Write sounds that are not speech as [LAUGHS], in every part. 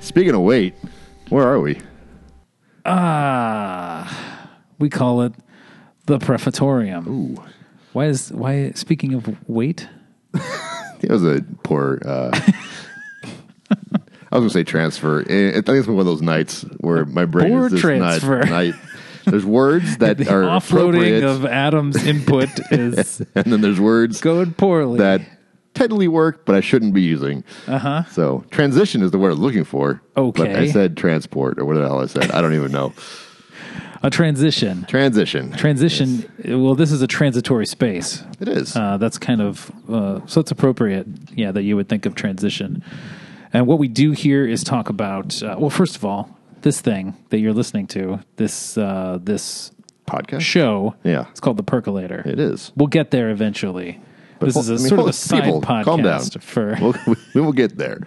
Speaking of weight, where are we? We call it the Prefatorium. Ooh, Why is why? Speaking of weight, that was a poor. [LAUGHS] Uh, I was gonna say transfer. Eh, I think it's one of those nights where my brain Poor is just transfer. Not, night. There's [LAUGHS] words that the are offloading appropriate, of Adam's input is [LAUGHS] and then there's words going poorly. that technically work, but I shouldn't be using. Uh huh. So transition is the word I'm looking for. But Uh-huh. Okay. I said transport or whatever the hell I said. I don't even know. a transition. Transition. Transition. Well, this is a transitory space. it is. Uh, that's kind of uh, so it's appropriate, yeah, that you would think of transition. And what we do here is talk about. Uh, well, first of all, this thing that you're listening to, this uh, this Podcast. show, Yeah. it's called the Percolator. It is. We'll get there eventually. this Hol- is a I mean, sort of hold- a side people, podcast Calm down. for [LAUGHS] We'll, we, we will get there.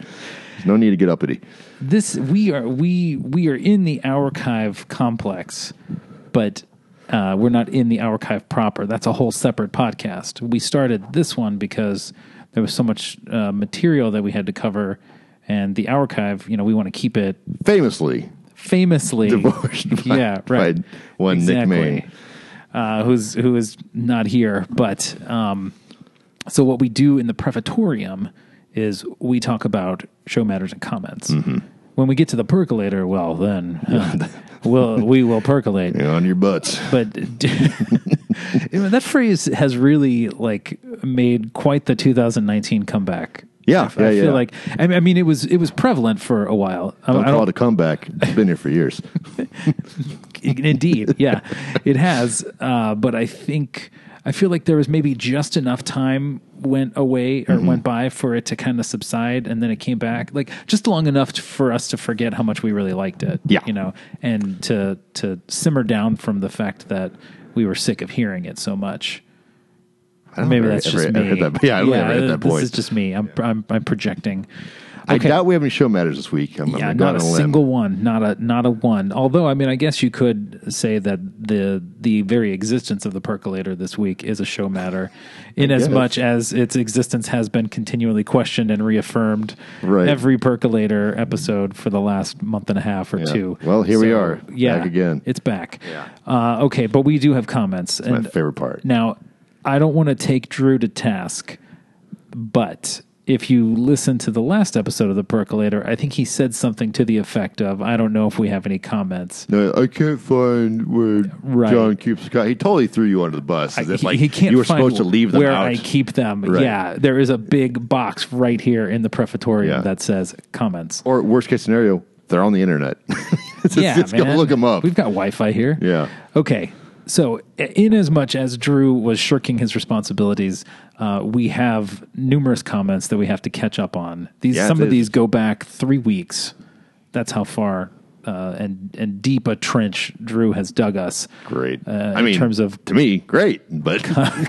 No need to get uppity. this. We are we we are in the archive complex, but. Uh, we're not in the archive proper. That's a whole separate podcast. We started this one because there was so much uh, material that we had to cover, and the archive. You know, we want to keep it Famously [LAUGHS] famously divorced. By, yeah, right. by one Nick Main. uh, who's who is not here. But um, so what we do in the prefatorium is we talk about show matters and comments. Mm-hmm. When we get to the percolator, [LAUGHS] well, then uh, we'll, we will percolate. You're on your butts. But [LAUGHS] I mean, that phrase has really like made quite the 2019 comeback. Yeah, I yeah, feel yeah. like I mean, I mean it was it was prevalent for a while. I- I Don't don't- call it a comeback. It's been here for [LAUGHS] years. Indeed, yeah, it has. Uh, but I think I feel like there was maybe just enough time went away or Mm-hmm. went by for it to kind of subside, and then it came back, like just long enough t- for us to forget how much we really liked it. Yeah. you know, and to to simmer down from the fact that we were sick of hearing it so much. I don't Maybe ever- that's ever- just ever me. hit that- [LAUGHS] yeah, I don't ever hit that this point. is just me. I'm I'm, I'm projecting. I doubt we have any show matters this week. I'm, Yeah, I'm gonna not go a out on limb. single one, not a not a one. Although, I mean, I guess you could say that the the very existence of the percolator this week is a show matter, in as guess. much as its existence has been continually questioned and reaffirmed Right. every percolator episode for the last month and a half or Yeah. two. Well, here we are, Yeah, back again. It's back. Yeah. Uh, okay, but we do have comments. My and favorite part. now, I don't want to take Drew to task, but if you listen to the last episode of The Percolator, I think he said something to the effect of, I don't know if we have any comments. No, I can't find where Right. John keeps. He totally threw you under the bus. As if, he, like he can't you were find supposed to leave them where out. I keep them. Right. Yeah, there is a big box right here in the prefatorium Yeah. that says comments. or worst case scenario, they're on the internet. [LAUGHS] just yeah, just go man. look them up. We've got Wi-Fi here. Yeah. Okay. So, in as much as Drew was shirking his responsibilities, uh, we have numerous comments that we have to catch up on. These Yeah, some it of is. these go back three weeks. That's how far uh, and and deep a trench Drew has dug us. [LAUGHS] great. Uh, I mean, in terms of to me, great, but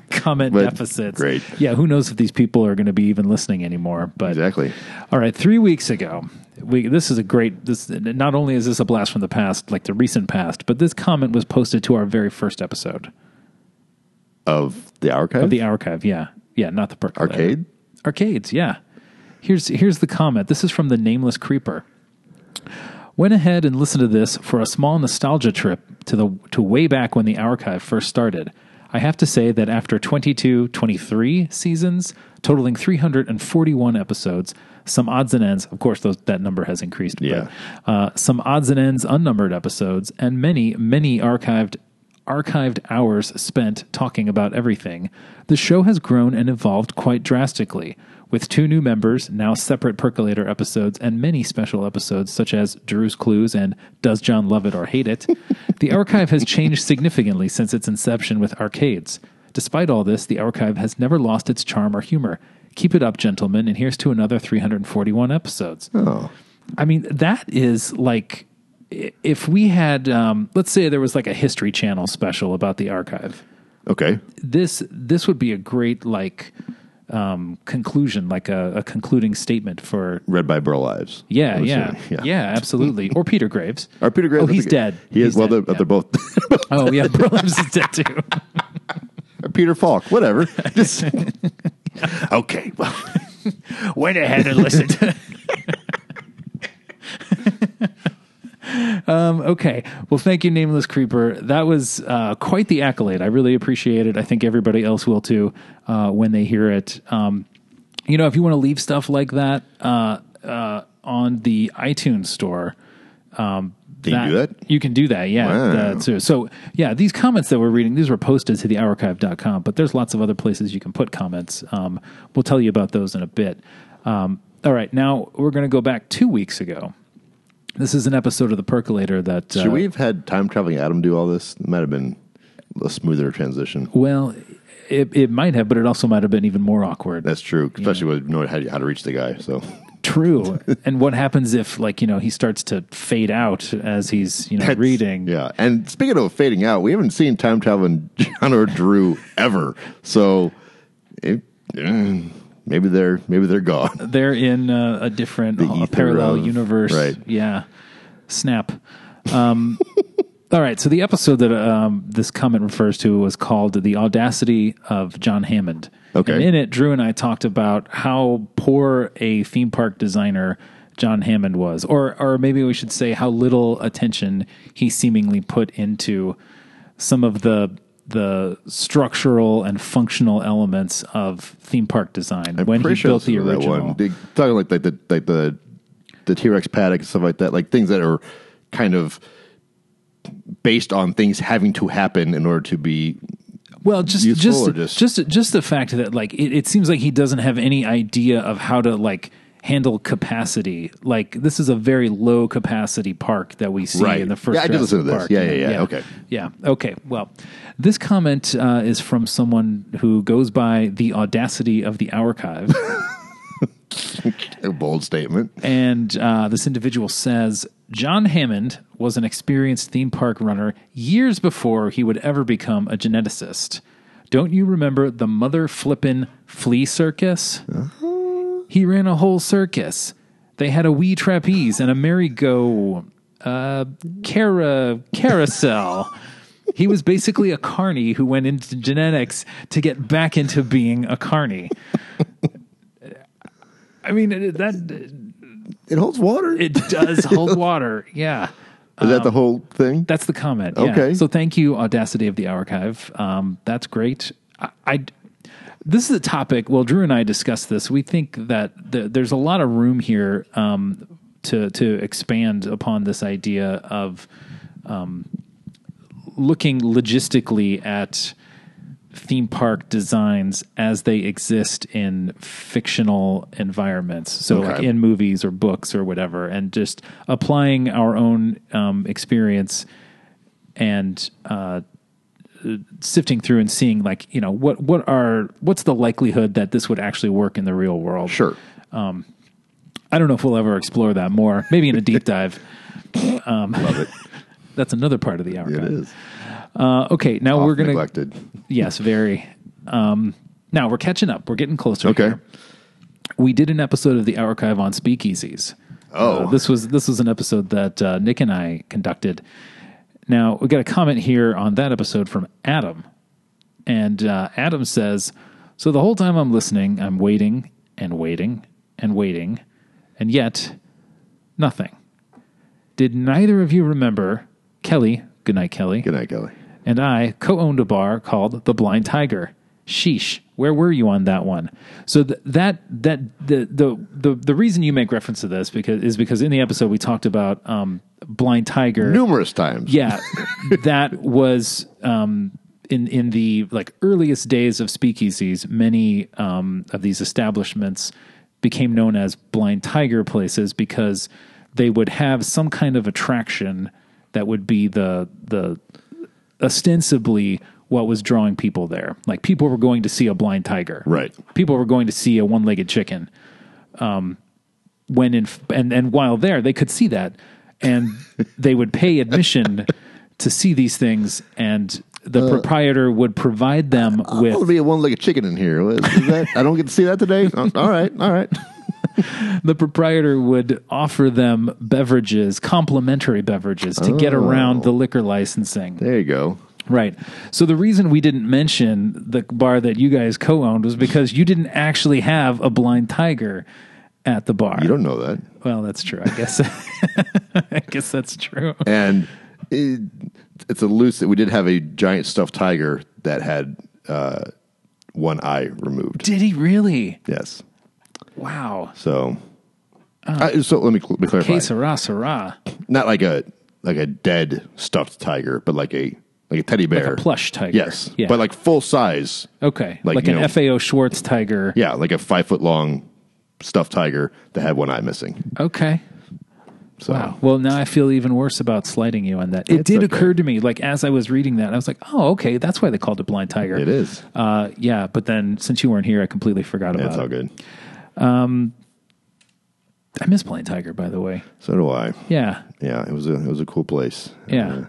[LAUGHS] comment But deficits. great. Yeah, who knows if these people are going to be even listening anymore? But Exactly. All right, three weeks ago, we this is a great. This not only is this a blast from the past, like the recent past, but this comment was posted to our very first episode of the archive, of the archive. Yeah, yeah, not the percolator. arcade. Arcades, yeah. Here's here's the comment. This is from the Nameless Creeper. Went ahead and listened to this for a small nostalgia trip to the to way back when the archive first started. I have to say that after 22, 23 seasons, totaling 341 episodes, some odds and ends, of course those that number has increased, Yeah. but uh, some odds and ends unnumbered episodes and many many archived archived hours spent talking about everything, the show has grown and evolved quite drastically, with two new members, now separate Percolator episodes, and many special episodes such as Drew's Clues and Does John Love It or Hate It? the archive has changed significantly since its inception with arcades. Despite all this, the archive has never lost its charm or humor. Keep it up, gentlemen, and here's to another 341 episodes. I mean, that is like i- if we had, um, let's say there was like a History Channel special about the archive. Okay, This this would be a great like um, conclusion, like a, a concluding statement for. read by Burl Ives. Yeah, I'm yeah, assuming. yeah, absolutely. Or Peter Graves. Oh, Or Peter Graves. Oh, I he's think- dead. He is. He's well, dead, they're, yeah. they're both. [LAUGHS] Oh yeah, [LAUGHS] Graves is dead too. or Peter Falk. [LAUGHS] Whatever. Just [LAUGHS] okay. Well, Went ahead and listened. Um, okay. Well, thank you, Nameless Creeper. That was uh, quite the accolade. I really appreciate it. I think everybody else will too uh, when they hear it. Um, you know, if you want to leave stuff like that uh, uh, on the iTunes store, Can you do that? you can do that, yeah. Wow. That too. So, yeah, these comments that we're reading, these were posted to the archive.com, but there's lots of other places you can put comments. Um, we'll tell you about those in a bit. Um, all right, now we're going to go back two weeks ago. This is an episode of The Percolator that. uh, Should we have had time traveling Adam do all this? It might have been a smoother transition. Well, it, it might have, but it also might have been even more awkward. That's true, especially with knowing how, how to reach the guy. So [LAUGHS] [LAUGHS] True. and what happens if, like, you know, he starts to fade out as he's, you know, reading? yeah. And speaking of fading out, we haven't seen time traveling [LAUGHS] John or Drew ever. So it, mm, maybe they're maybe they're gone. They're in uh, a different, a ether parallel of- universe. right. Yeah. Snap. Um, [LAUGHS] all right. So the episode that um, this comment refers to was called "The Audacity of John Hammond." Okay. And in it, Drew and I talked about how poor a theme park designer John Hammond was, or or maybe we should say how little attention he seemingly put into some of the the structural and functional elements of theme park design when he Pretty sure built this the is original. They- talking like the, the like the the T Rex paddock and stuff like that, like things that are kind of based on things having to happen in order to be Well, just useful just, or just- just just the fact that like it, it seems like he doesn't have any idea of how to like handle capacity. Like this is a very low capacity park that we see Right. in the first. Yeah, I did Jurassic listen to this. Park. Yeah, yeah, yeah. Okay. yeah. Okay. Well, this comment uh, is from someone who goes by the audacity of the archive. a bold statement. And uh, this individual says John Hammond was an experienced theme park runner years before he would ever become a geneticist. Don't you remember the mother flippin' flea circus? He ran a whole circus. They had a wee trapeze and a merry-go uh, cara- carousel. he was basically a carny who went into genetics to get back into being a carny. [LAUGHS] I mean, it- that It holds water. Is it um, does hold water. Yeah. that the whole thing? That's the comment. Yeah. Okay. So thank you, Audacity of the Archive. Um, that's great. I, I- this is a topic. Well, Drew and I discussed this. We think that th- there's a lot of room here um, to to expand upon this idea of um, looking logistically at theme park designs as they exist in fictional environments. So, like Okay. in movies or books or whatever, and just applying our own um, experience and uh, sifting through and seeing, like, you know, what what are what's the likelihood that this would actually work in the real world? sure. I don't know if we'll ever explore that more. Maybe in a deep [LAUGHS] dive. Um, Love it. That's another part of the hour. It is. Uh, okay, now we're We're gonna gonna neglected. yes, very. Um, now we're catching up. We're getting closer. Okay. here. we did an episode of the archive on speakeasies. Oh. Uh, this was this was an episode that uh, Nick and I conducted. Now we got a comment here on that episode from Adam, and uh, Adam says, "So the whole time I'm listening, I'm waiting and waiting and waiting, and yet nothing. Did neither of you remember Kelly? Good night, Kelly Good night, Kelly. and I co owned a bar called The Blind Tiger. Sheesh, where were you on that one? So th- that that the, the the the reason you make reference to this because is because in the episode we talked about um, Blind Tiger. Numerous times. Yeah, that was um, in in the like earliest days of speakeasies. Many um, of these establishments became known as blind tiger places because they would have some kind of attraction that would be the the ostensibly what was drawing people there. Like people were going to see a blind tiger, Right. People were going to see a one legged chicken um, when in and and while there they could see that and they would pay admission to see these things and the proprietor would provide them with Oh, there'll be a one-legged chicken in here. What is- is that? I don't get to see that today. Oh, all right, all right. the proprietor would offer them beverages complimentary beverages to get around the liquor licensing There you go. Right. So the reason we didn't mention the bar that you guys co-owned was because you didn't actually have a blind tiger at the bar. You don't know that. Well, that's true. I guess. [LAUGHS] I guess that's true. And it, it's a loose. We did have a giant stuffed tiger that had uh, one eye removed. Did he really? Yes. Wow. So, Uh, I, so let me, cl- let me clarify. Que sera, sera. Not like a like a dead stuffed tiger, but like a like a teddy bear, A plush tiger. Yes, Yeah. but like full size. okay. Like, like, an you know- FAO Schwartz tiger. Yeah, like a five foot long stuffed tiger that had one eye missing. Okay. So Wow. Well, now I feel even worse about slighting you on that. It It's did okay. occur to me, like as I was reading that, I was like, "Oh, okay, that's why they called it blind tiger." it is. Uh, yeah, but then since you weren't here, I completely forgot about That's it. all good. I miss blind tiger, by the way. So do I. Yeah, Yeah, it was a it was a cool place. yeah. Uh,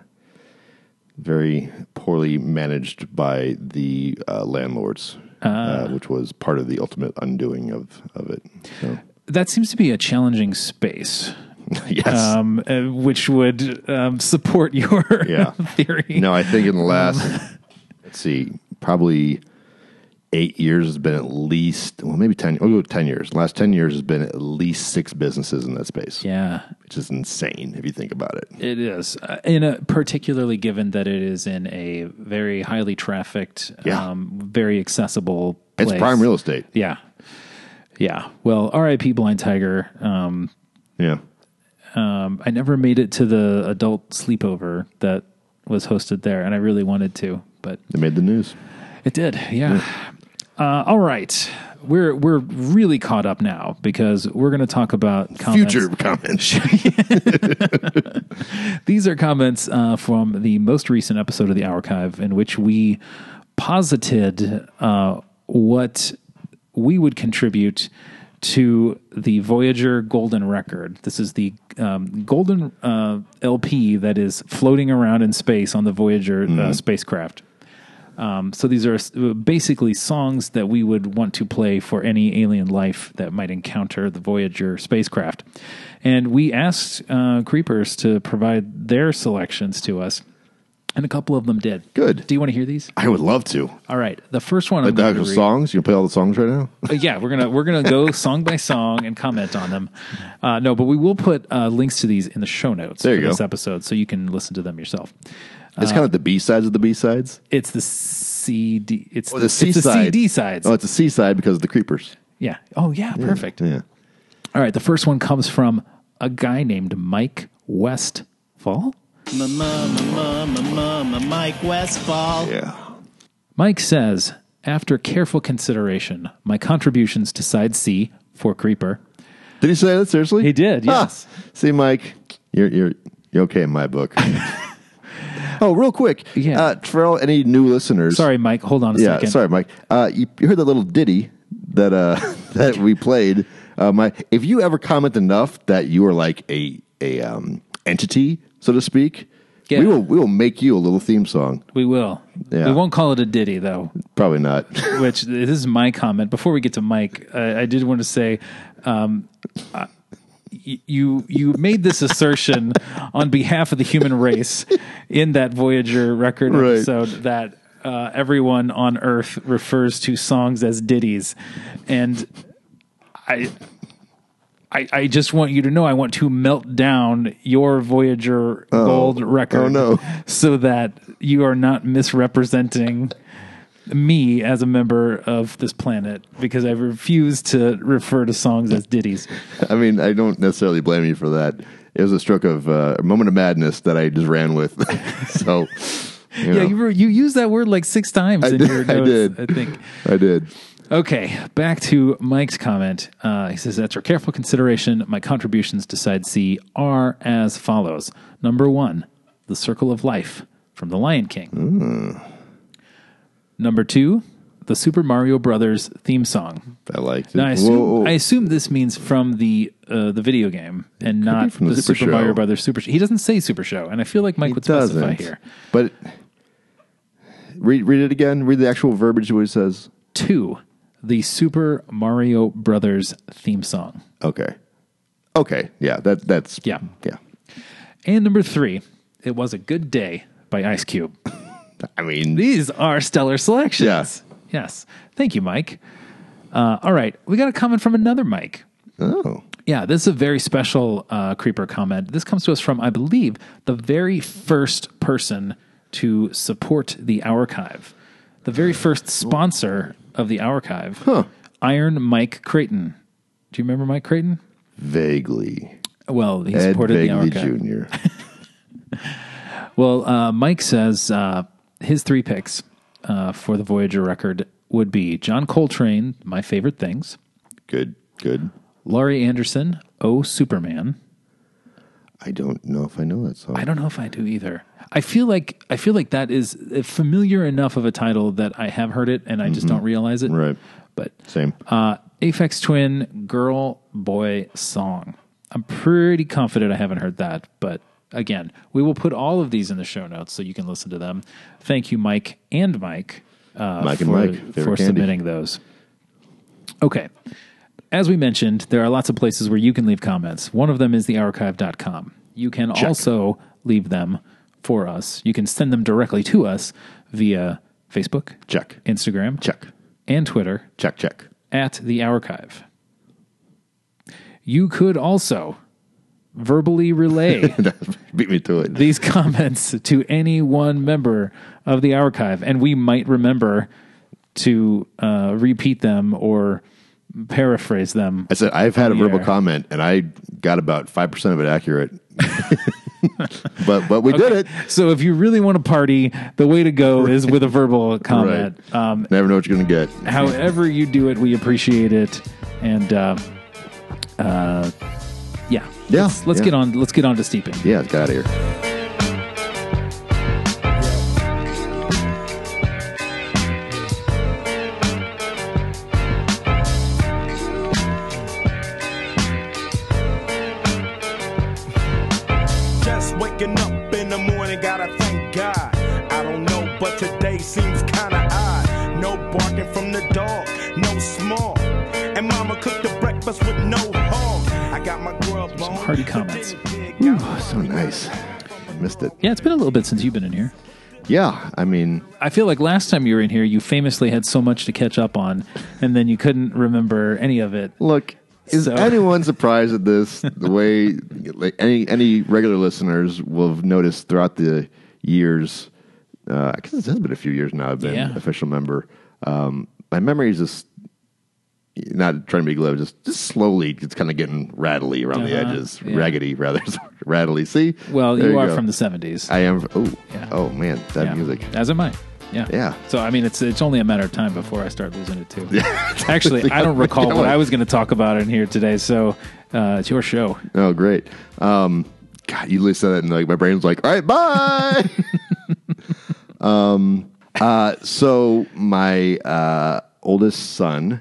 very poorly managed by the uh, landlords, uh, Ah. which was part of the ultimate undoing of of it. So, [LAUGHS] that seems to be a challenging space, yes. um, uh, which would um, support your [LAUGHS] Yeah. theory. no, I think in um, the last let's see, probably eight years has been at least well, maybe ten. We'll go with ten years. The last ten years has been at least six businesses in that space, Yeah, which is insane if you think about it. it is. Uh, in a, particularly given that it is in a very highly trafficked, Yeah. um, very accessible. Place. It's prime real estate. Yeah. Yeah. Well, RIP Blind Tiger. Um, Yeah, um, I never made it to the adult sleepover that was hosted there, and I really wanted to, but they made the news. it did. Yeah. Uh, all right. We're we're really caught up now because we're going to talk about comments. Future comments. [LAUGHS] These are comments uh, from the most recent episode of the archive in which we posited uh, what we would contribute to the Voyager Golden Record. This is the um, golden uh, LP that is floating around in space on the Voyager uh, spacecraft. Um, so these are uh, basically songs that we would want to play for any alien life that might encounter the Voyager spacecraft. And we asked uh, Creepers to provide their selections to us, and a couple of them did. Good. Do you want to hear these? I would love to. All right. The first one. I'm The going to actual read- songs. You can play all the songs right now. Uh, yeah, we're gonna we're gonna [LAUGHS] go song by song and comment on them. Uh, no, but we will put uh, links to these in the show notes There for you go. this episode, so you can listen to them yourself. It's kind of the B sides of the B sides. It's the CD. It's Oh, the C it's the side. CD sides. Oh, it's a C side because of the creepers. Yeah. Oh, yeah. Perfect. Yeah. All right. The first one comes from a guy named Mike Westfall. Mike Westfall. Yeah. Mike says, after careful consideration, my contributions to side C for Creeper. Did he say that seriously? He did, Ah, yes. see, Mike, you're you're you're okay in my [LAUGHS] book. oh, real quick, Yeah. Uh, for all any new listeners, Sorry, Mike. Hold on a yeah, second. sorry, Mike. Uh, you, you heard that little ditty that uh [LAUGHS] that we played. Uh, my, if you ever comment enough that you are like a a um entity, so to speak, Yeah. we will we will make you a little theme song. We will. Yeah. We won't call it a ditty, though, Probably not. [LAUGHS] which this is my comment. Before we get to Mike, I, I did want to say um, I- y- you, you made this assertion on behalf of the human race in that Voyager record Right. episode that uh, everyone on Earth refers to songs as ditties. And I. I, I just want you to know I want to melt down your Voyager gold record oh no. [LAUGHS] so that you are not misrepresenting me as a member of this planet because I refuse to refer to songs as ditties. I mean, I don't necessarily blame you for that. It was a stroke of uh, a moment of madness that I just ran with. [LAUGHS] so, you Yeah, know, you were, you used that word like six times in did- your I notes. did. I think. I did. Okay, back to Mike's comment. Uh, he says, after careful consideration, my contributions to Side C are as follows. Number one, The Circle of Life from The Lion King. Hmm. Number two, the Super Mario Brothers theme song. I liked it. Now, I assume, Whoa. I assume this means from the uh, the video game and not from the, the Super Super Mario Show. Brothers Super Show. He doesn't say Super Show, and I feel like Mike would specify doesn't. here. But read read it again. Read the actual verbiage of what it says. Two, the Super Mario Brothers theme song. Okay. Okay. Yeah. That that's Yeah. yeah. And number three, It Was a Good Day by Ice Cube. I mean, These are stellar selections. Yeah. Yes. Thank you, Mike. Uh, all right. We got a comment from another Mike. Oh, Yeah, this is a very special uh, creeper comment. This comes to us from, I believe, the very first person to support the archive, the very first sponsor of the archive, Iron Mike Creighton. Do you remember Mike Creighton? vaguely. Well, he Ed supported the Vaguely archive. Jr. Well, uh, Mike says uh, his three picks uh, for the Voyager record would be John Coltrane, My Favorite Things, Good, good. Laurie Anderson, Oh Superman. I don't know if I know that song. I don't know if I do either. I feel like I feel like that is familiar enough of a title that I have heard it and I just don't realize it. Right. But Same. uh, Aphex Twin Girl Boy Song. I'm pretty confident I haven't heard that, but again, we will put all of these in the show notes so you can listen to them. Thank you, Mike and Mike, uh, Mike for, and Mike, favorite for candy. submitting those. Okay. As we mentioned, there are lots of places where you can leave comments. One of them is thearchive.com. You can also leave them for us. You can send them directly to us via Facebook, Check. Instagram, Check. and Twitter Check. Check. at the archive. You could also [LAUGHS] verbally relay Beat me to it. these [LAUGHS] comments to any one member of the archive, and we might remember to uh, repeat them or paraphrase them. I said I've had a verbal Yeah. comment and I got about five percent of it accurate. [LAUGHS] but but we did it. So if you really want to party, the way to go is with a verbal comment. [LAUGHS] Um, Never know what you're gonna get. however you do it, we appreciate it, and uh, uh, yeah, Yeah, Let's, let's yeah. get on. Let's get on to steeping. Yeah, it's got out of here. Just waking up in the morning, gotta thank God. I don't know, but today seems kinda odd. No barking from the dog, no small. And mama cooked the breakfast with no hog. I got my grub on. hearty comments. but didn't dig out. So nice. Missed it. Yeah, it's been a little bit since you've been in here. Yeah, I mean I feel like last time you were in here, you famously had so much to catch up on, and then you couldn't remember any of it. look, is So- anyone surprised at this? The way like any any regular listeners will have noticed throughout the years, uh, I guess it has been a few years now. I've been Yeah. official member. Um, my memory is just not trying to be glib, just just slowly, it's kind of getting rattly around the Uh-huh, edges, yeah. raggedy rather, [LAUGHS] rattly. See, Well, There you, are go. from the seventies. I am. Oh, Yeah. oh man, that music. as am I. Yeah, Yeah. So I mean, it's it's only a matter of time before I start losing [LAUGHS] it too. Actually, I don't recall what I was going to talk about in here today, so uh, it's your show. Oh, great. Um, God, you literally said that, and like my brain's like, all right, bye. [LAUGHS] um, uh, so my uh, oldest son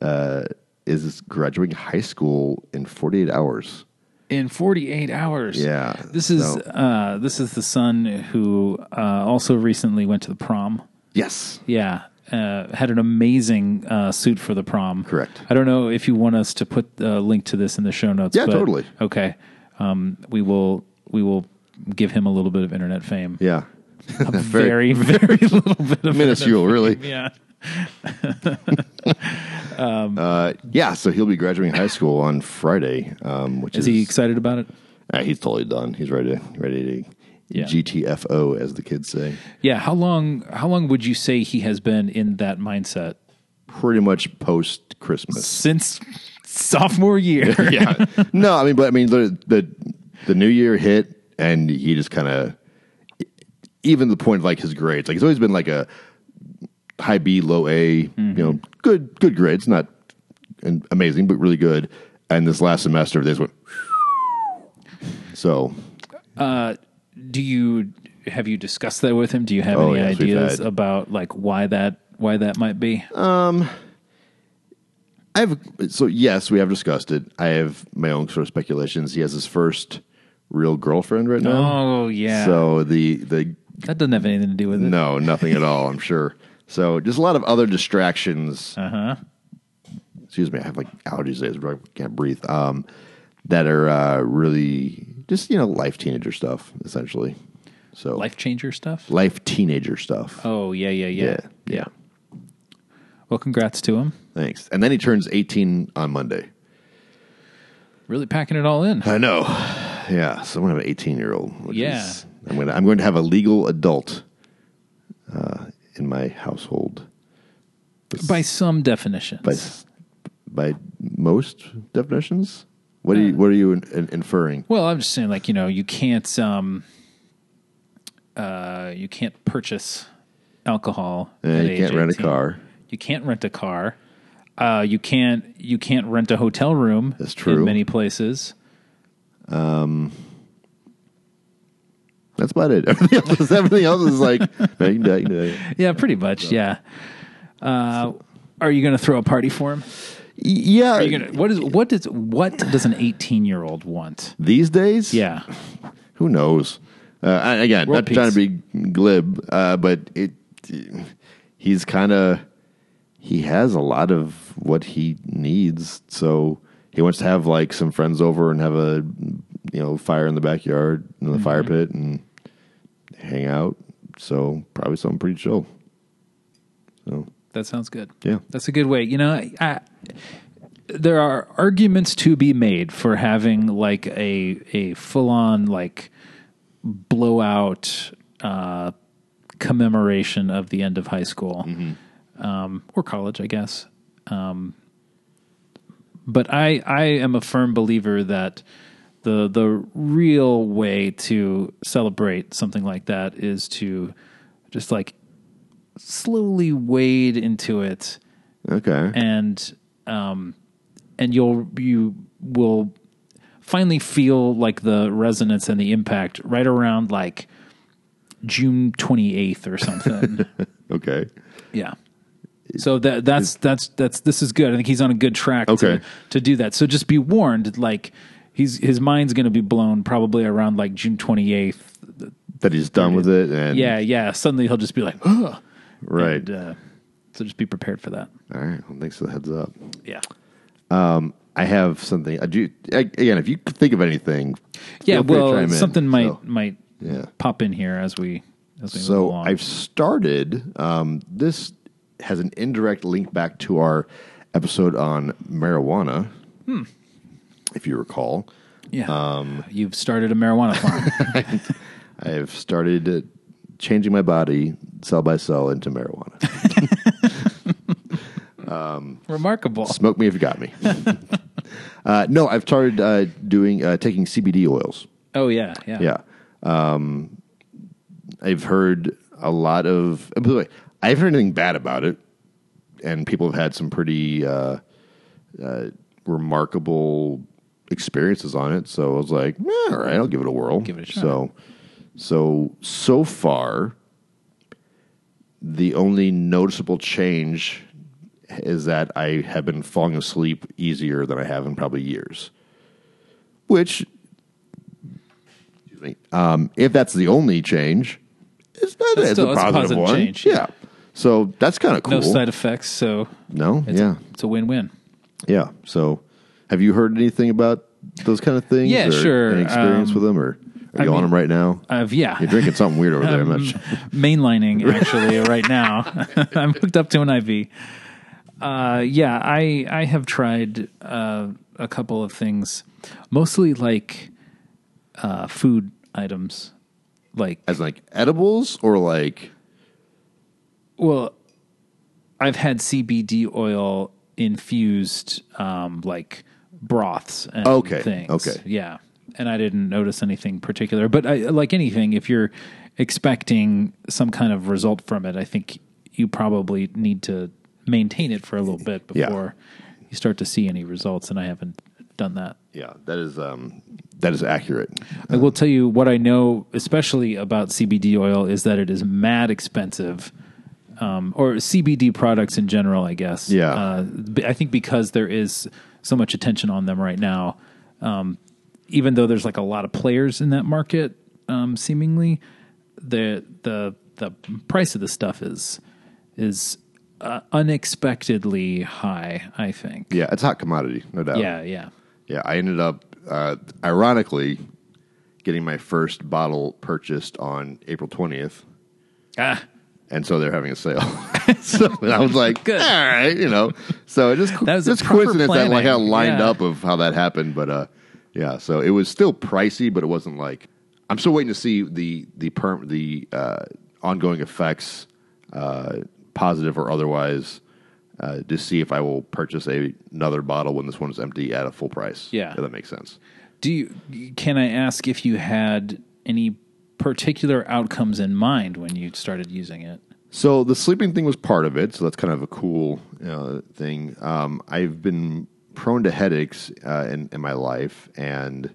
uh, is graduating high school in 48 hours. in 48 hours. Yeah, This is so- uh this is the son who uh also recently went to the prom. Yes. Yeah. Uh, had an amazing uh, suit for the prom. Correct. I don't know if you want us to put a link to this in the show notes. Yeah, but- totally. Okay, um, we will we will give him a little bit of internet fame. [LAUGHS] Yeah. a very [LAUGHS] very little bit of Minuscule, really. yeah. Uh, yeah. So he'll be graduating high school on Friday, um, which Is is, he excited about it? uh, he's totally done. He's ready to ready to Yeah. GTFO, as the kids say. Yeah. How long how long would you say he has been in that mindset Pretty much post Christmas. since sophomore year? [LAUGHS] yeah. No, I mean, but I mean, the the, the new year hit, and he just kind of even the point of like his grades. Like he's always been like a high B, low A. Mm-hmm. You know, good good grades, not an- amazing, but really good. And this last semester, they just went. [LAUGHS] So do you have you discussed that with him? Do you have Oh, any yes, we've ideas had- Uh, about like why that why that might be? I have so yes, we have discussed it. I have my own sort of speculations. He has his first real girlfriend right now. oh yeah, So the the that doesn't have anything to do with it. No, nothing at all, I'm sure. So just a lot of other distractions. Uh-huh. Excuse me, I have like allergies today, so I can't breathe. Um, that are uh, really just, you know, life teenager stuff, essentially. So Life changer stuff. life teenager stuff. Oh yeah, yeah, yeah, Yeah, yeah. Well, congrats to him. Thanks. And then he turns 18 on Monday. Really packing it all in. I know. Yeah, so I'm gonna have an 18 year old. which Yeah. is- I'm gonna I'm going to have a legal adult uh, in my household. By some definitions. by s- by most definitions. What are you Hmm. What are you in, in- inferring? Well, I'm just saying, like you know, you can't, um, uh, you can't purchase alcohol. Uh, at you age can't rent a 18. car. You can't rent a car. Uh, you can't. You can't rent a hotel room. That's true. In many places. That's about it. [LAUGHS] Everything else is, everything else is [LAUGHS] like [LAUGHS] no, you can do that, you can do that. Yeah, pretty much. Yeah. Uh, are you going to throw a party for him? yeah. Are you gonna, what is what does what does an 18 year old want? These days, Yeah. Who knows? Uh, and again, World not trying to be glib, uh, but it he's kind of he has a lot of what he needs, so he wants to have like some friends over and have a you know fire in the backyard in the fire Mm-hmm. pit and hang out. So probably something pretty chill. So That sounds good. Yeah. that's a good way. You know, I, I, there are arguments to be made for having like a a full on like blowout uh, commemoration of the end of high school um, or college, I guess. Um, but I I am a firm believer that the the real way to celebrate something like that is to just like slowly wade into it okay, and um and you'll you will finally feel like the resonance and the impact right around like June 28th or [LAUGHS] something. okay, yeah. So that that's that's that's this is good. I think he's on a good track Okay. to to do that. So just be warned like he's his mind's going to be blown probably around like June 28th. Mm-hmm. that he's done with it, and Yeah, yeah, suddenly he'll just be like, [GASPS] "Ugh." right. And, uh, so just be prepared for that. All right, well, thanks for the heads up. Yeah. I have something. I do ag- again. If you could think of anything, Yeah, feel free to well, chime in. something might So, might Yeah. pop in here as we as we move so along. I've started. Um, this has an indirect link back to our episode on marijuana, Hmm. if you recall. yeah, um, you've started a [LAUGHS] marijuana farm. I have started uh, changing my body cell by cell into [LAUGHS] marijuana. Remarkable. Smoke me if you [LAUGHS] got me. uh, no, I've started uh, doing uh, taking CBD oils. Oh yeah, yeah, Yeah. Um, I've heard a lot of. uh, By the way, I haven't heard anything bad about it, and people have had some pretty uh, uh, remarkable experiences on it. So I was like, "Eh, all right, I'll give it a whirl. Give it a shot. So, so so far, the only noticeable change is that I have been falling asleep easier than I have in probably years, which Excuse me. Um, if that's the only change, it's not That's it's still- a it's a positive, positive one. change, Yeah. yeah. So that's kind of cool. No side effects, so No? it's, yeah, it's a win-win. yeah. So, have you heard anything about those kind of things? Yeah, or sure. Any experience Um, with them, or are I Um, you on mean- them right now? I've yeah, You're drinking something weird over there. I'm not sure. [LAUGHS] mainlining actually right now. [LAUGHS] I'm hooked up to an IV. Uh, yeah, I I have tried uh, a couple of things, mostly like uh, food items, like As like edibles or like Well, I've had CBD oil infused um, like broths and Okay, things. okay. Yeah. And I didn't notice anything particular, but I, like anything, if you're expecting some kind of result from it, I think you probably need to maintain it for a little bit Yeah. before you start to see any results. And I haven't done that. yeah, that is um that is accurate. I will tell you what I know, especially about CBD oil, is that it is mad expensive, um, or CBD products in general. I guess. Yeah. Uh, b- I think because there is so much attention on them right now, um, even though there's like a lot of players in that market, um, seemingly the the the price of the stuff is is uh, unexpectedly high. I think. Yeah, it's a hot commodity, no doubt. Yeah. Yeah. Yeah, I ended up, uh, ironically, getting my first bottle purchased on April 20th. Ah. And so they're having a sale. [LAUGHS] so and I was like, all right, you know. So it just [LAUGHS] That was a just proper coincidence that like planning. how lined Yeah. up of how that happened, but uh, yeah. So it was still pricey, but it wasn't like I'm still waiting to see the the perm the uh, ongoing effects, uh, positive or otherwise. Uh, to see if I will purchase a, another bottle when this one's empty at a full price. Yeah. if that makes sense. Do you, can I ask if you had any particular outcomes in mind when you started using it? So the sleeping thing was part of it. So that's kind of a cool you know, thing. Um, I've been prone to headaches uh, in, in my life, and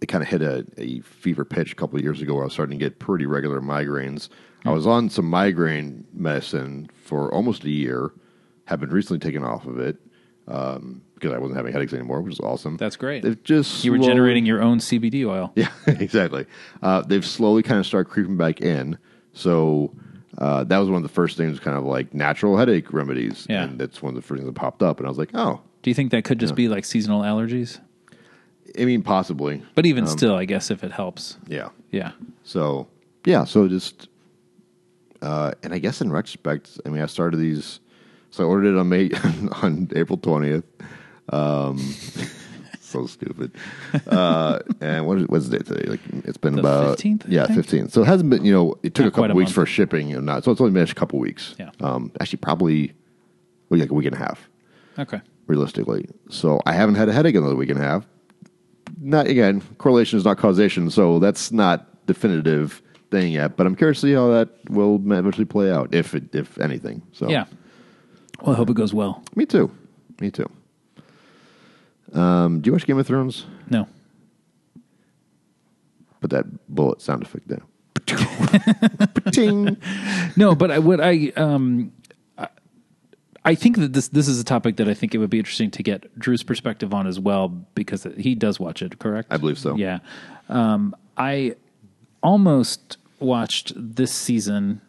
it kind of hit a, a fever pitch a couple of years ago where I was starting to get pretty regular migraines. I was on some migraine medicine for almost a year, have been recently taken off of it um, because I wasn't having headaches anymore, which is awesome. That's great. It just You were slowly- generating your own CBD oil. [LAUGHS] yeah, exactly. Uh, they've slowly kind of started creeping back in. So uh, that was one of the first things, kind of like natural headache remedies. Yeah. And that's one of the first things that popped up. And I was like, oh, Do you think that could just be like seasonal allergies? I mean, possibly. But even still, I guess if it helps. Yeah. Yeah. So, yeah. So just, uh, and I guess in retrospect, I mean, I started these, so I ordered it on May, [LAUGHS] on April 20th. Um, [LAUGHS] so stupid. Uh, and what is, what's the date today? Like, it's been The about 15th, I Yeah, think? 15th. So it hasn't been, you know, it took Not a quite couple a weeks month. for shipping and not. So it's only been a couple weeks. Yeah. Um, actually, probably well, like a week and a half Okay. realistically. So I haven't had a headache in the week and a half. Not again, correlation is not causation, so that's not definitive thing yet. But I'm curious to see how that will eventually play out, if it, if anything. So Yeah. Well, I hope it goes well. me too, me too. Um, do you watch Game of Thrones? No. Put that bullet sound effect [LAUGHS] there. Ting. no, but I would I um I- I think that this this is a topic that I think it would be interesting to get Drew's perspective on as well because he does watch it, correct? I believe so. Yeah. Um I almost watched this season.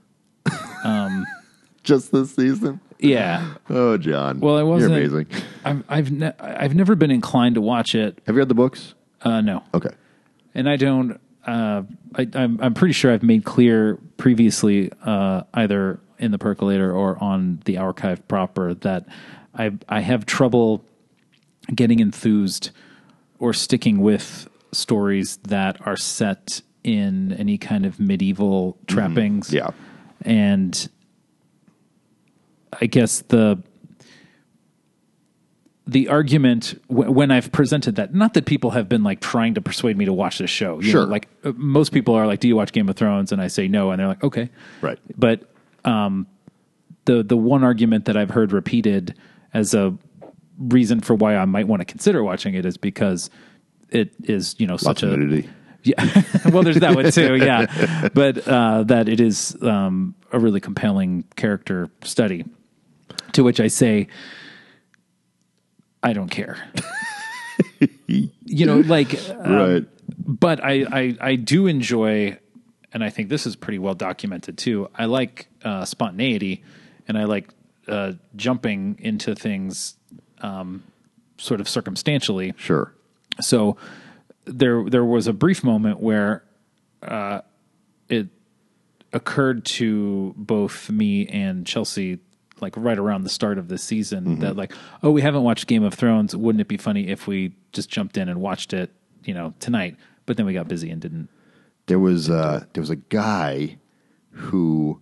Just this season. Yeah. Oh, John. Well, I wasn't You're amazing. I've I've ne- I've never been inclined to watch it. Have you read the books? Uh no. Okay. and I don't. Uh, I, I'm, I'm pretty sure I've made clear previously, uh, either in the percolator or on the archive proper, that I I have trouble getting enthused or sticking with stories that are set in any kind of medieval trappings. Yeah. and I guess the the argument w- when I've presented that, not that people have been like trying to persuade me to watch this show. You Sure. know, like uh, most people are like, "Do you watch Game of Thrones?" And I say no, and they're like, "Okay." Right. But um, the the one argument that I've heard repeated as a reason for why I might want to consider watching it is because it is you know Lots such of a nudity. yeah. [LAUGHS] well, there's that one too. Yeah. But uh, that it is um, a really compelling character study, to which I say, I don't care. you know, like, uh, right. but I, I, I do enjoy, and I think this is pretty well documented too. I like uh, spontaneity and I like uh, jumping into things um, sort of circumstantially. Sure. So there there was a brief moment where uh, it occurred to both me and Chelsea like right around the start of the season that like oh we haven't watched Game of Thrones wouldn't it be funny if we just jumped in and watched it you know tonight but then we got busy and didn't there was uh, there was a guy who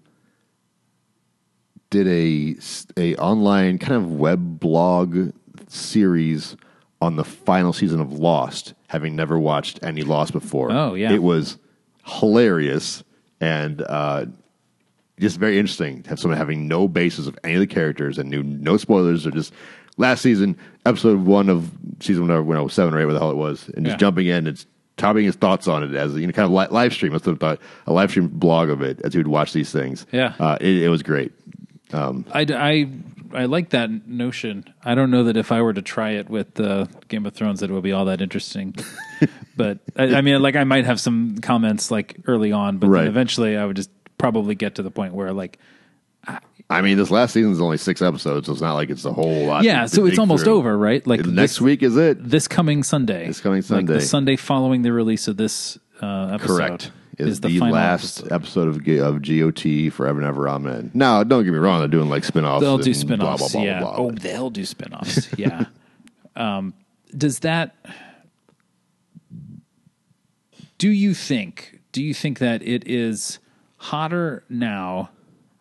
did a a online kind of web blog series on the final season of Lost, having never watched any Lost before. Oh, yeah. it was hilarious and uh, just very interesting to have someone having no basis of any of the characters and knew no spoilers or just last season episode one of season whatever when I was seven or eight whatever the hell it was and just Yeah. jumping in and topping his thoughts on it as you know kind of li- live stream that's what I thought a live stream blog of it as he would watch these things Yeah. uh, it, it was great I I I like that notion I don't know that if I were to try it with uh, Game of Thrones that it would be all [LAUGHS] that interesting but I, I mean like I might have some comments like early on but Right. then eventually I would just probably get to the point where like I mean this last season's only six episodes so it's not like it's a whole lot yeah to so it's dig almost through. over right like next this, week is it this coming sunday This coming like Sunday. the sunday following the release of this uh episode correct is, is the the, final last episode, of G- of GOT Forever and Ever Amen. Now, don't get me wrong; they're doing like spinoffs. They'll and do blah, blah, spinoffs. blah, yeah. blah, blah. oh, they'll do spinoffs. yeah. [LAUGHS] Um, does that? Do you think? Do you think that it is hotter now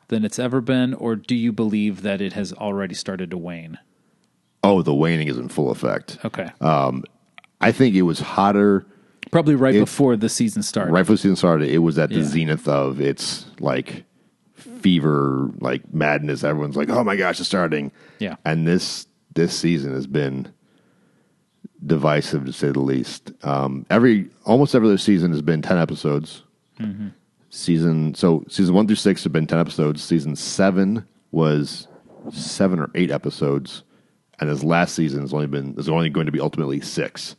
than it's ever been, or do you believe that it has already started to wane? Oh, the waning is in full effect. Okay. Uh, I think it was hotter Probably right before the season started. right before the season started. It was at the Yeah. zenith of its like fever, like madness. Everyone's like, "Oh my gosh, it's starting!" Yeah. and this this season has been divisive to say the least. Um, every almost every other season has been ten episodes. Mm-hmm. Season so season one through six have been ten episodes. Season seven was seven or eight episodes, and this last season has only been is only going to be ultimately six.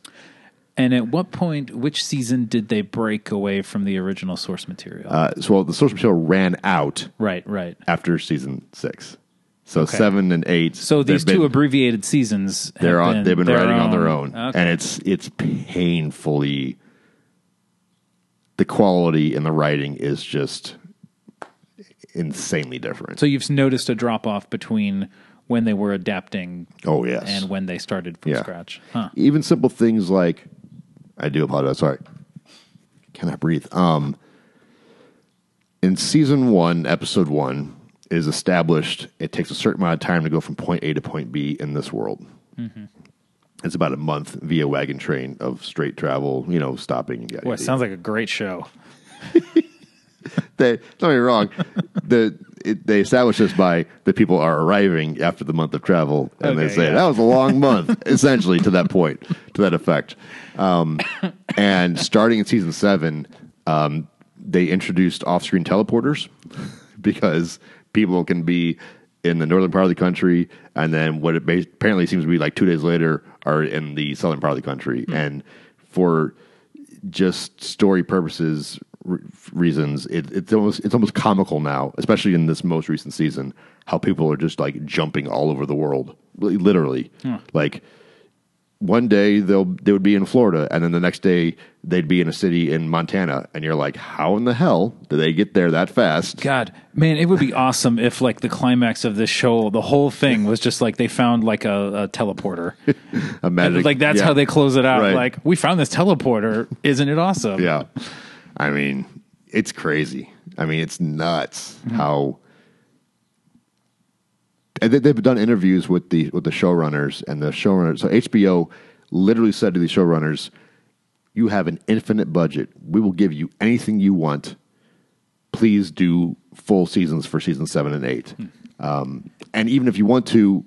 And at what point, which season did they break away from the original source material? Uh, so the social material ran out right, right. after season six. So seven and eight. So these they've two been- abbreviated seasons, have they're on. they've been their writing on their own, Okay. and it's it's painfully. The quality in the writing is just insanely different. So you've noticed a drop off between when they were adapting oh yes, and when they started from Yeah. scratch. Huh. even simple things like I do apologize. Sorry, cannot breathe. Um, in season one, episode one is established. It takes a certain amount of time to go from point A to point B in this world. Mm-hmm. It's about a month via wagon train of straight travel. You know, stopping. yada, Boy, yada, sounds like a great show. they don't get me wrong. [LAUGHS] the it, they establish this by the people are arriving after the month of travel, and Okay, they say yeah. that was a long month, [LAUGHS] essentially to that point, to that effect. Um, and starting in season seven, um, they introduced off-screen teleporters [LAUGHS] because people can be in the northern part of the country, and then what it ba- apparently seems to be like two days later are in the southern part of the country, and for just story purposes re- reasons it, it's almost it's almost comical now especially in this most recent season how people are just like jumping all over the world li- literally like one day they'll they would be in Florida and then the next day they'd be in a city in Montana and you're like how in the hell did they get there that fast God, man, it would be awesome if like the climax of this show, the whole thing was just like they found like a, a teleporter. A [LAUGHS] magic- like that's yeah. how they close it out. Right. Like we found this teleporter, isn't it awesome? yeah I mean it's crazy I mean it's nuts how and they, they've done interviews with the with the showrunners and the showrunners. So HBO literally said to the showrunners, "You have an infinite budget. We will give you anything you want. Please do full seasons for season seven and eight. Um, and even if you want to,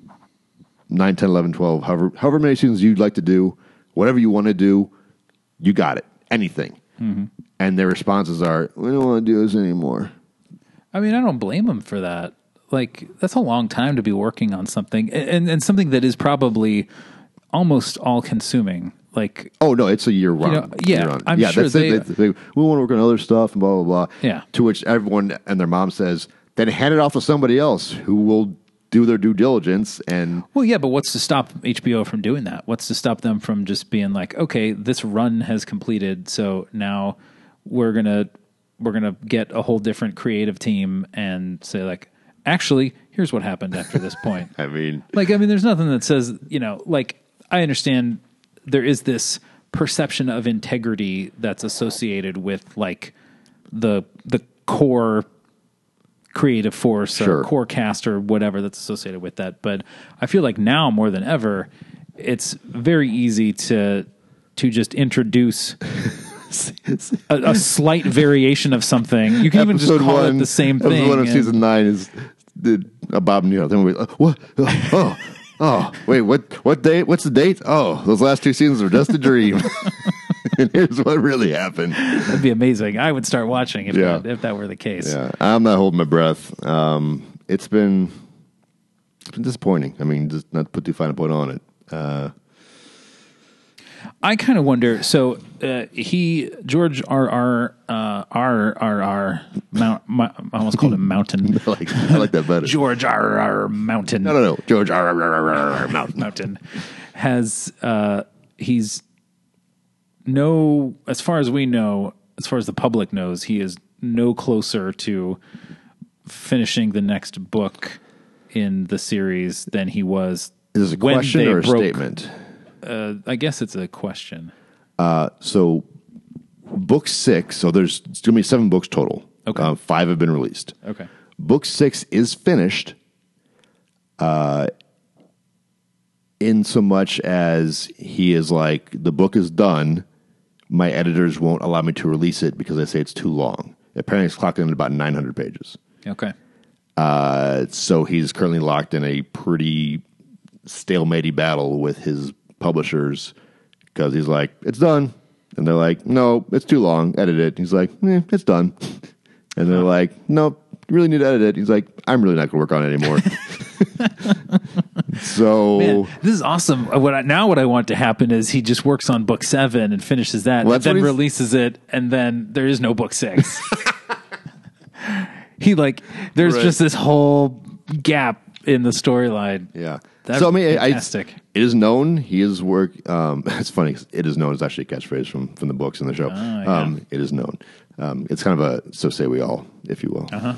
9, 10, 11, 12, however, however many seasons you'd like to do, whatever you want to do, you got it. Anything." Mm-hmm. And their responses are, "We don't want to do this anymore." I mean, I don't blame him for that. Like that's a long time to be working on something, and and, and something that is probably almost all consuming. Like Oh no, it's a year run. know, yeah, year run. I'm yeah. sure that's it. they- That's the thing. we want to work on other stuff and blah blah blah. Yeah. To which everyone and their mom says, then hand it off to somebody else who will do their due diligence and Well, yeah, but what's to stop HBO from doing that? What's to stop them from just being like, okay, this run has completed, so now we're gonna we're gonna get a whole different creative team and say like, actually, here's what happened after this point. I mean, like, I mean, there's nothing that says you know, like, I understand there is this perception of integrity that's associated with like the the core creative force or Sure. core cast or whatever that's associated with that. But I feel like now more than ever, it's very easy to to just [LAUGHS] introduce a, a slight variation of something. You can even just episode call one, it the same episode thing. One of and- season nine is the uh, Bob Newhart. Then we uh, what? Oh, oh, oh, wait, what? What date? What's the date? Oh, those last two seasons were just a dream. [LAUGHS] and here's what really happened. That'd be amazing. I would start watching if Yeah. that, if that were the case. Yeah, I'm not holding my breath. Um, it's been it's been disappointing. I mean, just not to put too fine a point on it. [LAUGHS] Uh, I kind of wonder. So uh, he George R R uh, R R R Mount. My, I almost called [LAUGHS] him Mountain. I like I like that better. George R R Mountain. [LAUGHS] no, no, no, George [LAUGHS] R. R. R. R. R. Mountain. Mountain has uh, he's no, as far as we know, as far as the public knows, he is no closer to finishing the next book in the series than he was. Is this a when question they or a broke- uh, statement? I guess it's a question. So, book six. So there's it's gonna be seven books total. Okay. Uh, five have been released. Okay. Book six is finished. Uh, in so much as he is like the book is done, my editors won't allow me to release it because they say it's too long. Apparently, it's clocking in at about 900 pages. Okay. Uh, so he's currently locked in a pretty stalematey battle with his publishers because he's like, it's done. And they're like, no, it's too long. Edit it. He's like, eh, it's done. [LAUGHS] And they're like, nope, you really need to edit it. He's like, I'm really not going to work on it anymore. [LAUGHS] so. Man, this is awesome. Uh, What I, now? What I want to happen is he just works on book seven and finishes that, Well, and that's what then he's- releases it, and then there is no [LAUGHS] book six. he like there's Right. just this whole gap in the storyline. Yeah. That's so I mean, I- I, fantastic. it is known he is work. Um, [LAUGHS] it's funny. 'cause It is known is actually a catchphrase from from the books and the show. Ah, yeah. um, it is known. Um, it's kind of a so say we all, if you will. Uh-huh.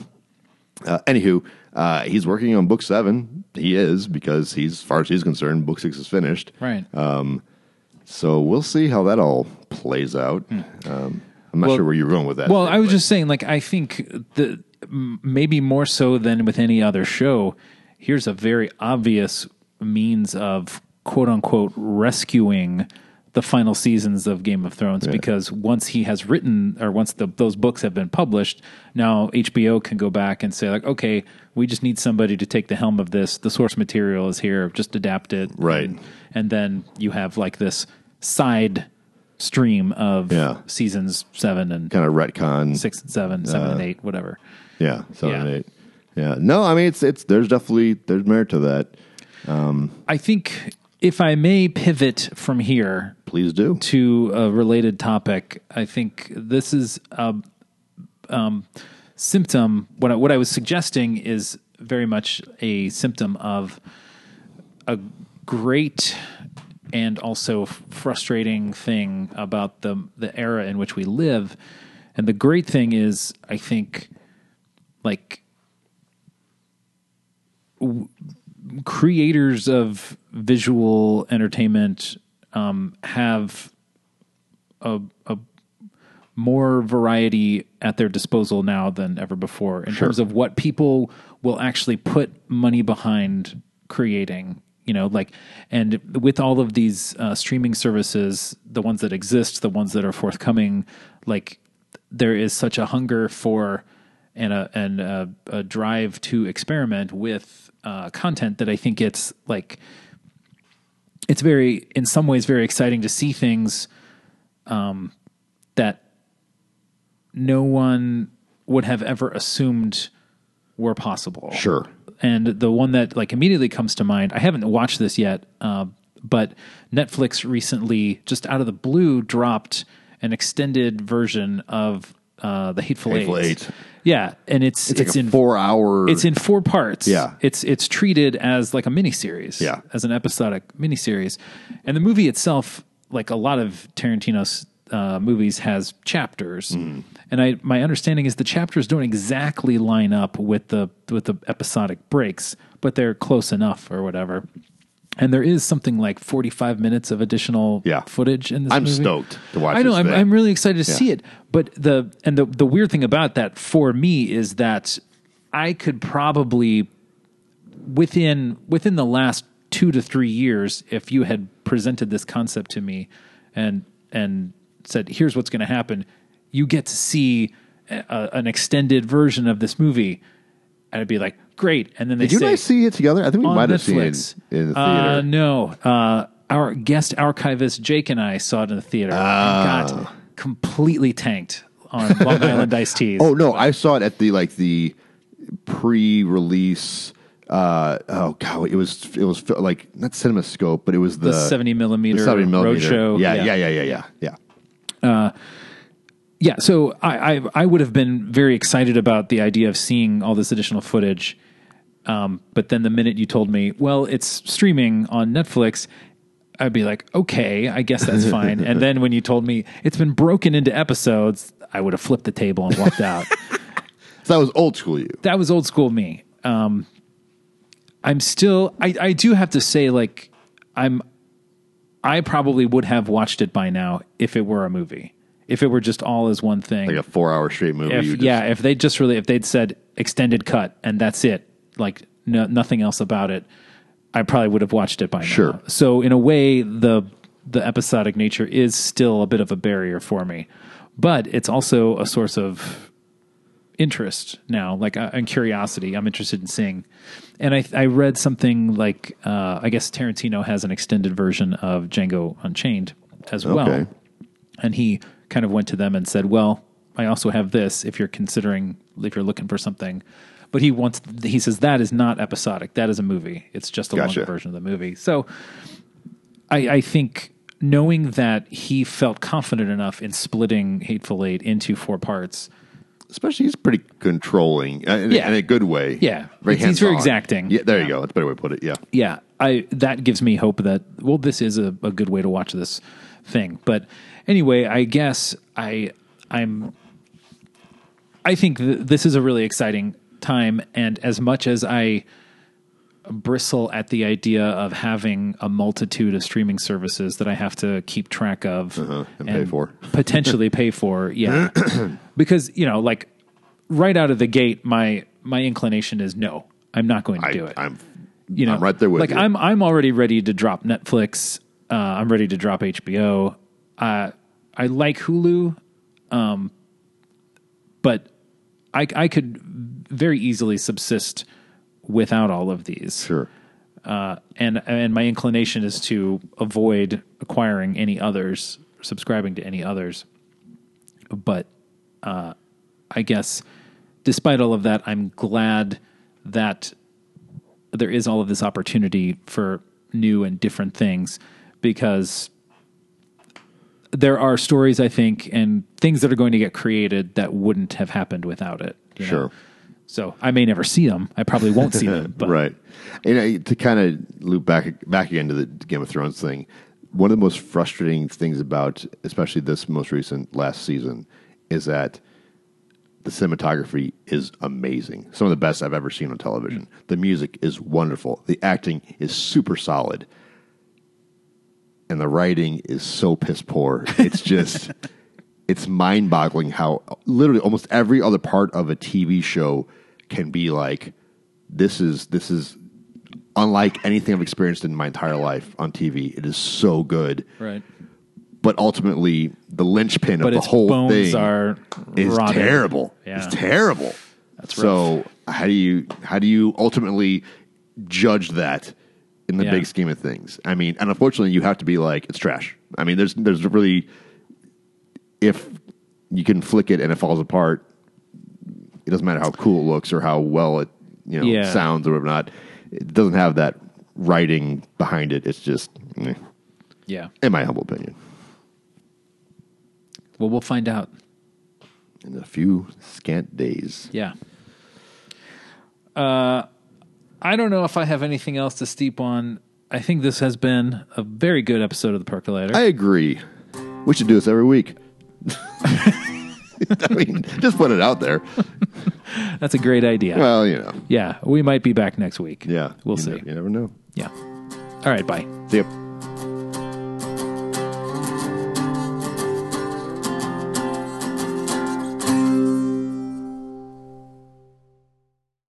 Anywho, uh, he's working on book seven. He is because he's, as far as he's concerned, book six is finished. Right. So we'll see how that all plays out. Um, I'm not Hmm. Well- sure where you're going with that. Well, Nick, I was but- just saying, like, I think the m- maybe more so than with any other show. Here's a very obvious means of quote unquote rescuing the final seasons of Game of Thrones because once he has written or once the, those books have been published, now HBO can go back and say like, okay, we just need somebody to take the helm of this. The source material is here, just adapt it, Right. And, and then you have like this side stream of Yeah. seasons seven and kind of retcon. six and seven, seven and eight, whatever. Yeah, seven Yeah. and eight. Yeah. No, I mean it's it's there's definitely there's merit to that. I think if I may pivot from here Please do. to a related topic, I think this is a um, symptom. What I, what I was suggesting is very much a symptom of a great and also f- frustrating thing about the the era in which we live. And the great thing is, I think, like creators of visual entertainment um, have a, a more variety at their disposal now than ever before in terms of what people will actually put money behind creating. You know, like, and with all of these uh, streaming services, the ones that exist, the ones that are forthcoming, like, there is such a hunger for and a and a, a drive to experiment with uh, content that I think it's like it's very in some ways very exciting to see things um, that no one would have ever assumed were possible. Sure. And the one that like immediately comes to mind, I haven't watched this yet, uh, but Netflix recently, just out of the blue, dropped an extended version of uh, the Hateful, Hateful Eight. Eight. Yeah, and it's it's, It's, like a in four hour. it's in four parts. Yeah. It's it's treated as like a miniseries. Yeah. As an episodic miniseries. And the movie itself, like a lot of Tarantino's uh, movies, has chapters. Mm. And I my understanding is the chapters don't exactly line up with the with the episodic breaks, but they're close enough or whatever. And there is something like forty five minutes of additional Yeah. footage in this I'm movie. stoked to watch I know. this I'm, thing. I'm really excited to Yeah. see it. But the and the the weird thing about that for me is that I could probably within within the last two to three years, if you had presented this concept to me and and said, "Here's what's going to happen," you get to see a, a- an extended version of this movie, and I'd be like, "Great!" And then they Did you say, guys see it together? I think we on might have seen Netflix. it in the theater. Uh, no, uh, our guest archivist Jake and I saw it in the theater. Ah. and got completely tanked on Long Island iced teas. [LAUGHS] oh no, I saw it at the like the pre-release. Uh, oh god, it was it was like not CinemaScope, but it was the, the seventy millimeter, the 70 millimeter. roadshow. Yeah, yeah, yeah, yeah, yeah, yeah. Yeah, so I, I I would have been very excited about the idea of seeing all this additional footage, um, but then the minute you told me, well, it's streaming on Netflix, I'd be like, okay, I guess [LAUGHS] that's fine. and then when you told me it's been broken into episodes, I would have flipped the table and walked out. So that was old school you. that was old school me. Um, I'm still, I, I do have to say, like, I'm, I probably would have watched it by now if it were a movie, if it were just all as one thing. Like a four hour straight movie. if, you just, yeah, if they just really, if they'd said extended cut and that's it, like no, nothing else about it, I probably would have watched it by Sure. now. So in a way, the the episodic nature is still a bit of a barrier for me, but it's also a source of interest now, like uh, and curiosity. I'm interested in seeing. And I, I read something like uh, I guess Tarantino has an extended version of Django Unchained as well, Okay. and he kind of went to them and said, "Well, I also have this. If you're considering, if you're looking for something." But he wants. He says that is not episodic. That is a movie. It's just a Gotcha. longer version of the movie. So I, I think knowing that he felt confident enough in splitting Hateful Eight into four parts, especially he's pretty controlling uh, in, Yeah. in a good way. Yeah. very It's- he's hands-on. very exacting. Yeah, there you go. That's a better way to put it. Yeah, yeah, I that gives me hope that well, this is a, a good way to watch this thing. But anyway, I guess I I'm I think th- this is a really exciting time, and as much as I bristle at the idea of having a multitude of streaming services that I have to keep track of Uh-huh, and pay for. [LAUGHS] potentially pay for, [CLEARS THROAT] yeah, because you know, like right out of the gate, my my inclination is no, I'm not going to I, do it I'm you know, I'm right there with like you. I'm I'm already ready to drop Netflix. Uh, I'm ready to drop HBO. Uh, I like Hulu, um, but I I could very easily subsist without all of these. sure. Uh, and and my inclination is to avoid acquiring any others, subscribing to any others. But uh, I guess, despite all of that, I'm glad that there is all of this opportunity for new and different things because there are stories I think and things that are going to get created that wouldn't have happened without it. you know? Sure. So I may never see them. I probably won't [LAUGHS] see them. But right. And I, to kind of loop back back again to the Game of Thrones thing, one of the most frustrating things about, especially this most recent last season, is that the cinematography is amazing. Some of the best I've ever seen on television. The music is wonderful. The acting is super solid. And the writing is so piss poor. It's [LAUGHS] just it's mind-boggling how literally almost every other part of a TV show can be like this is this is unlike anything I've experienced in my entire life on TV. It is so good, Right. but ultimately the linchpin But of the its whole bones thing are is rotted. terrible. Yeah. It's terrible. That's so. How do you how do you ultimately judge that in the Yeah. big scheme of things? I mean, and unfortunately, you have to be like it's trash. I mean, there's there's really if you can flick it and it falls apart, it doesn't matter how cool it looks or how well it you know Yeah. sounds or whatnot. It doesn't have that writing behind it. It's just, eh, Yeah. in my humble opinion, Well, we'll find out. in a few scant days. Yeah. Uh, I don't know if I have anything else to steep on. I think this has been a very good episode of the Percolator. I agree. We should do this every week. [LAUGHS] I mean, just put it out there. That's a great idea. Well, you know, yeah, we might be back next week. yeah, we'll You see. ne- you never know. yeah. All right. Bye. See ya.